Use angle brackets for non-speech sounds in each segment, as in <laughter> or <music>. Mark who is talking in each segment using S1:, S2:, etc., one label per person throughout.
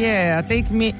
S1: Take Me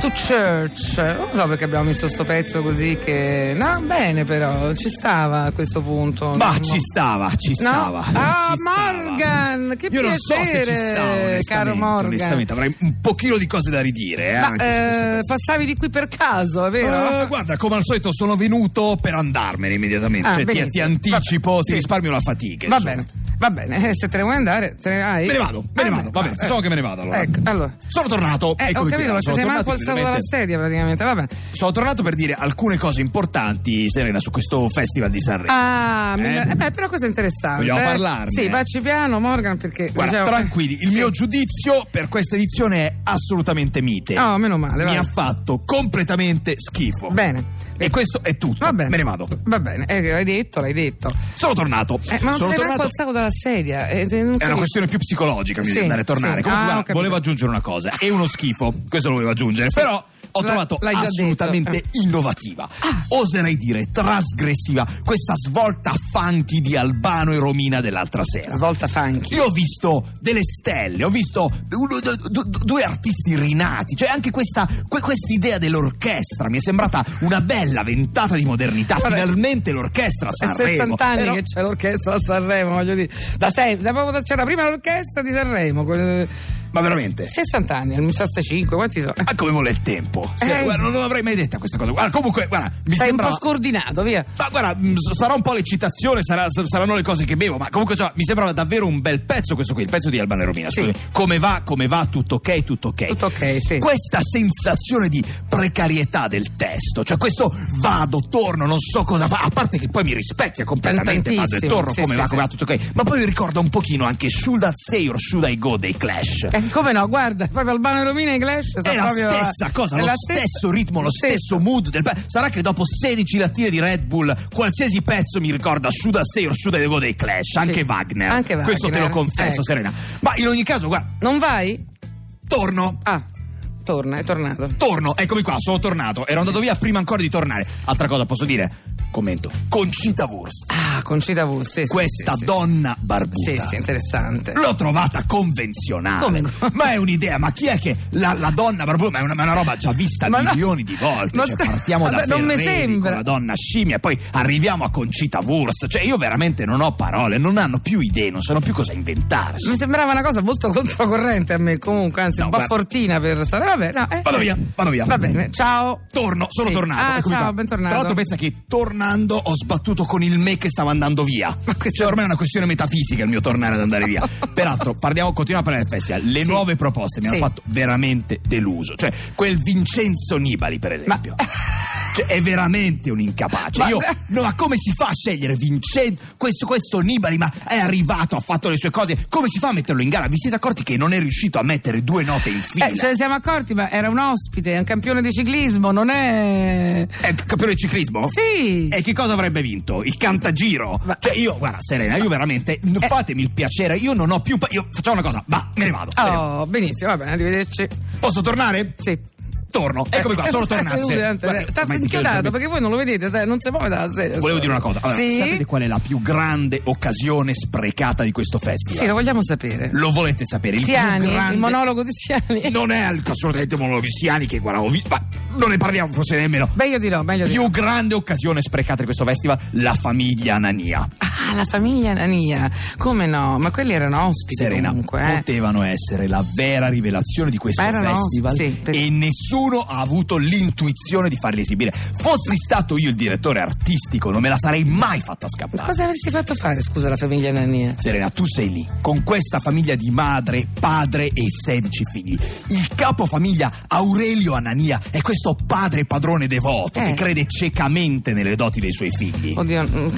S1: to Church. Non so perché abbiamo messo sto pezzo così che... No, bene però, ci stava a questo punto.
S2: Ma
S1: No.
S2: ci stava, ci
S1: No.
S2: stava.
S1: Ah,
S2: ci stava.
S1: Morgan, che
S2: Io non so se ci
S1: piacere,
S2: stava, onestamente,
S1: caro Morgan.
S2: Onestamente, avrei un pochino di cose da ridire. eh,
S1: Ma
S2: anche su questo
S1: eh,
S2: pezzo.
S1: passavi di qui per caso, è vero?
S2: Eh, guarda, come al solito sono venuto per andarmene immediatamente.
S1: Ah,
S2: cioè, ti,
S1: benissimo.
S2: ti anticipo,
S1: Vabbè,
S2: ti
S1: sì.
S2: risparmio la fatica.
S1: Va
S2: insomma.
S1: bene, va bene. Eh, Se te ne vuoi andare, te ne vai.
S2: Me ne vado, me ne
S1: Ah,
S2: vado, va bene,
S1: eh.
S2: facciamo che me ne vado allora.
S1: Ecco, allora.
S2: Sono tornato.
S1: Eh, ho
S2: eccomi qui,
S1: capito, perché
S2: sono
S1: sei
S2: tornato
S1: manco alzato dalla
S2: finalmente.
S1: sedia praticamente, va bene.
S2: Sono tornato per dire alcune cose importanti, Serena, su questo festival di Sanremo.
S1: Ah, mi-
S2: Eh?
S1: eh, beh, però questo è interessante.
S2: Vogliamo
S1: eh.
S2: parlarne?
S1: Sì, facci piano, Morgan, perché.
S2: Guarda,
S1: dicevo-
S2: tranquilli, il mio giudizio per questa edizione è assolutamente mite.
S1: Oh, meno male,
S2: Mi
S1: va.
S2: ha fatto completamente schifo.
S1: Bene.
S2: E questo è tutto.
S1: eh, Va bene.
S2: Me ne vado.
S1: Va bene, eh, l'hai detto, l'hai detto.
S2: Sono tornato.
S1: Eh, ma non
S2: Sono
S1: sei manco
S2: tornato.
S1: alzato dalla sedia. eh, te- non
S2: È una
S1: capisco.
S2: questione più psicologica, mi
S1: Sì,
S2: devi andare a tornare.
S1: sì.
S2: Comunque,
S1: Ah,
S2: guarda,
S1: ho capito.
S2: volevo aggiungere una cosa. È uno schifo, questo lo volevo aggiungere, però ho
S1: L'ha-
S2: trovato
S1: l'hai già Ah.
S2: assolutamente
S1: detto.
S2: innovativa. Oserei dire trasgressiva questa svolta funky di Albano e Romina dell'altra sera.
S1: Svolta funky.
S2: Io ho visto delle stelle, ho visto uno- du- du- due artisti rinati, cioè anche questa que- quest'idea dell'orchestra mi è sembrata una bella ventata di modernità.
S1: Guarda,
S2: Finalmente l'orchestra a
S1: È
S2: Sanremo.
S1: 60 anni
S2: Era-
S1: che c'è l'orchestra a Sanremo, voglio dire. Da sempre, da proprio da- c'era prima l'orchestra di Sanremo. que-
S2: Ma veramente?
S1: 60 anni, al 65, quanti eh, sono?
S2: Ma come vuole il tempo? Sì,
S1: Eh.
S2: guarda, non l'avrei mai detta questa cosa. Guarda, comunque, guarda, mi
S1: Sei
S2: sembra.
S1: un po' scordinato, via.
S2: Ma guarda, mh, s- sarà un po' l'eccitazione, sarà- s- saranno le cose che bevo, ma comunque insomma, mi sembra davvero un bel pezzo questo qui, il pezzo di Albano e Romina.
S1: Sì.
S2: Scusami, come va, come va, tutto ok, tutto ok.
S1: Tutto ok, sì.
S2: Questa sensazione di precarietà del testo, cioè questo vado, torno, non so cosa fa, a parte che poi mi rispecchia completamente, vado e
S1: Tantissimo,
S2: torno,
S1: sì,
S2: come
S1: sì,
S2: va,
S1: sì.
S2: come va, tutto ok, ma poi mi ricorda un pochino anche Should I Stay or Should I Go dei Clash.
S1: Eh, come no, guarda, proprio Albano e Romina e Clash sono
S2: È la
S1: proprio
S2: stessa cosa,
S1: è
S2: lo
S1: la
S2: stesso
S1: stessa-
S2: ritmo, lo
S1: lo
S2: stesso, mood del pezzo. Sarà che dopo 16 lattine di Red Bull, qualsiasi pezzo mi ricorda Should I Stay or Should I Go dei Clash, anche Wagner.
S1: anche
S2: Questo te
S1: Wagner,
S2: lo confesso,
S1: ecco.
S2: Serena. Ma in ogni caso, guarda,
S1: Non vai?
S2: torno.
S1: Ah, torna, è tornato.
S2: Torno, eccomi qua, sono tornato. Ero andato via prima ancora di tornare. Altra cosa posso dire? Commento. Concita Wurst.
S1: Ah, Concita Wurst, sì, sì,
S2: Questa
S1: sì, sì.
S2: donna
S1: Sì,
S2: barbuta.
S1: sì, interessante.
S2: L'ho trovata convenzionale.
S1: Come?
S2: Ma è un'idea, ma chi è che la, la donna barbuta? Ma è una, ma è una roba già vista
S1: Ma no.
S2: milioni di volte.
S1: Ma
S2: Cioè,
S1: scusa,
S2: partiamo da
S1: vabbè, non mi
S2: Ferreri
S1: sembra.
S2: con la donna scimmia, poi arriviamo a Concita Wurst. Cioè, io veramente non ho parole, non hanno più idee, non sanno più cosa inventarsi.
S1: Mi sembrava una cosa molto controcorrente a me, comunque, anzi,
S2: No,
S1: un po'
S2: guarda.
S1: fortina per stare. Vabbè, no, eh.
S2: Vado via, vado via.
S1: Va bene, ciao.
S2: Torno, sono
S1: Sì.
S2: tornato.
S1: Ah,
S2: eccomi
S1: ciao,
S2: qua.
S1: bentornato.
S2: Tra l'altro, pensa che tornando ho sbattuto con il me che stava andando via.
S1: <laughs> Ma questo-
S2: Cioè, ormai è una questione metafisica il mio tornare ad
S1: <laughs>
S2: andare via. Peraltro, parliamo, continuiamo a parlare del festival. Le
S1: Sì.
S2: nuove proposte mi
S1: Sì.
S2: hanno fatto veramente deluso. Cioè, quel Vincenzo Nibali,
S1: <laughs>
S2: per esempio. Cioè, è veramente un incapace.
S1: Ma-
S2: Io, no, ma come si fa a scegliere Vincenzo? Questo, questo Nibali, ma è arrivato, ha fatto le sue cose. Come si fa a metterlo in gara? Vi siete accorti che non è riuscito a mettere due note in fila?
S1: Eh, ce ne siamo accorti, ma era un ospite, è un campione di ciclismo, non è.
S2: È campione di ciclismo?
S1: Sì!
S2: E che cosa avrebbe vinto? Il cantagiro?
S1: Ma- Eh.
S2: Cioè, io, guarda, Serena, io veramente. Fatemi il piacere, io non ho più. pa- io facciamo una cosa, va, me ne vado. me ne vado.
S1: Oh, benissimo, va bene, arrivederci.
S2: Posso tornare?
S1: Sì. Eh,
S2: Torno. Eccomi qua, sono tornato. Serena. Guarda,
S1: Sta
S2: ormai ti chiedo
S1: eh, inchiodato
S2: permesso.
S1: perché voi non lo vedete, dai, non si muove dalla sedia.
S2: Volevo dire una cosa. Allora,
S1: sì?
S2: Sapete qual è la più grande occasione sprecata di questo festival?
S1: Sì, lo vogliamo sapere.
S2: Lo volete sapere? Il
S1: Siani,
S2: più grande.
S1: il monologo di Siani.
S2: Non è al- assolutamente monologhi siani che guarda, ho visto. Ma non ne parliamo forse nemmeno.
S1: Meglio di no, meglio di no.
S2: Più grande occasione sprecata di questo festival, la famiglia Anania.
S1: Ah, la famiglia Nania. Come no? Ma quelli erano ospiti
S2: Serena,
S1: comunque, eh.
S2: potevano essere la vera rivelazione di questo
S1: Ma erano-
S2: festival
S1: sì, per-
S2: e nessuno ha avuto l'intuizione di farli esibire. Fossi stato io il direttore artistico, non me la sarei mai fatta
S1: Ma
S2: scappare.
S1: cosa avresti fatto fare, scusa, la famiglia Nania?
S2: Serena, tu sei lì, con questa famiglia di madre, padre e 16 figli. Il capofamiglia Aurelio Anania è questo padre padrone devoto
S1: Eh.
S2: che crede ciecamente nelle doti dei suoi figli.
S1: Oddio, mm,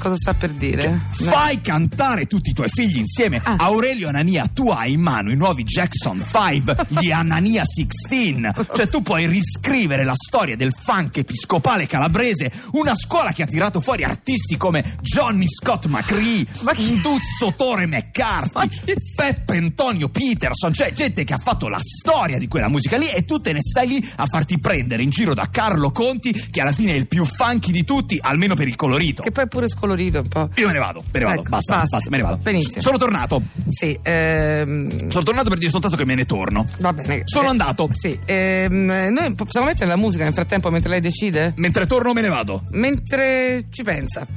S1: cosa sta per dire? No.
S2: Fai cantare tutti i tuoi figli insieme.
S1: Ah.
S2: Aurelio Anania, tu hai in mano i nuovi Jackson 5,
S1: <laughs>
S2: gli Anania 16. Cioè, tu puoi riscrivere la storia del funk episcopale calabrese, una scuola che ha tirato fuori artisti come Johnny Scott McCree,
S1: Ma chi-
S2: Induzzo Tore
S1: Ma
S2: McCarthy,
S1: chi-
S2: Peppe Antonio Peterson, cioè gente che ha fatto la storia di quella musica lì e tu te ne stai lì a farti prendere in giro da Carlo Conti, che alla fine è il più funky di tutti, almeno per il colorito.
S1: Che poi è pure colorito un po'.
S2: Io me ne vado, me ne vado,
S1: Ecco,
S2: basta,
S1: basta.
S2: basta, me ne vado.
S1: Benissimo.
S2: Sono tornato.
S1: Sì, ehm,
S2: Sono tornato per dire soltanto che me ne torno.
S1: va bene.
S2: Sono
S1: Eh,
S2: andato.
S1: Sì, ehm, noi possiamo mettere la musica nel frattempo mentre lei decide?
S2: Mentre torno me ne vado.
S1: Mentre ci pensa.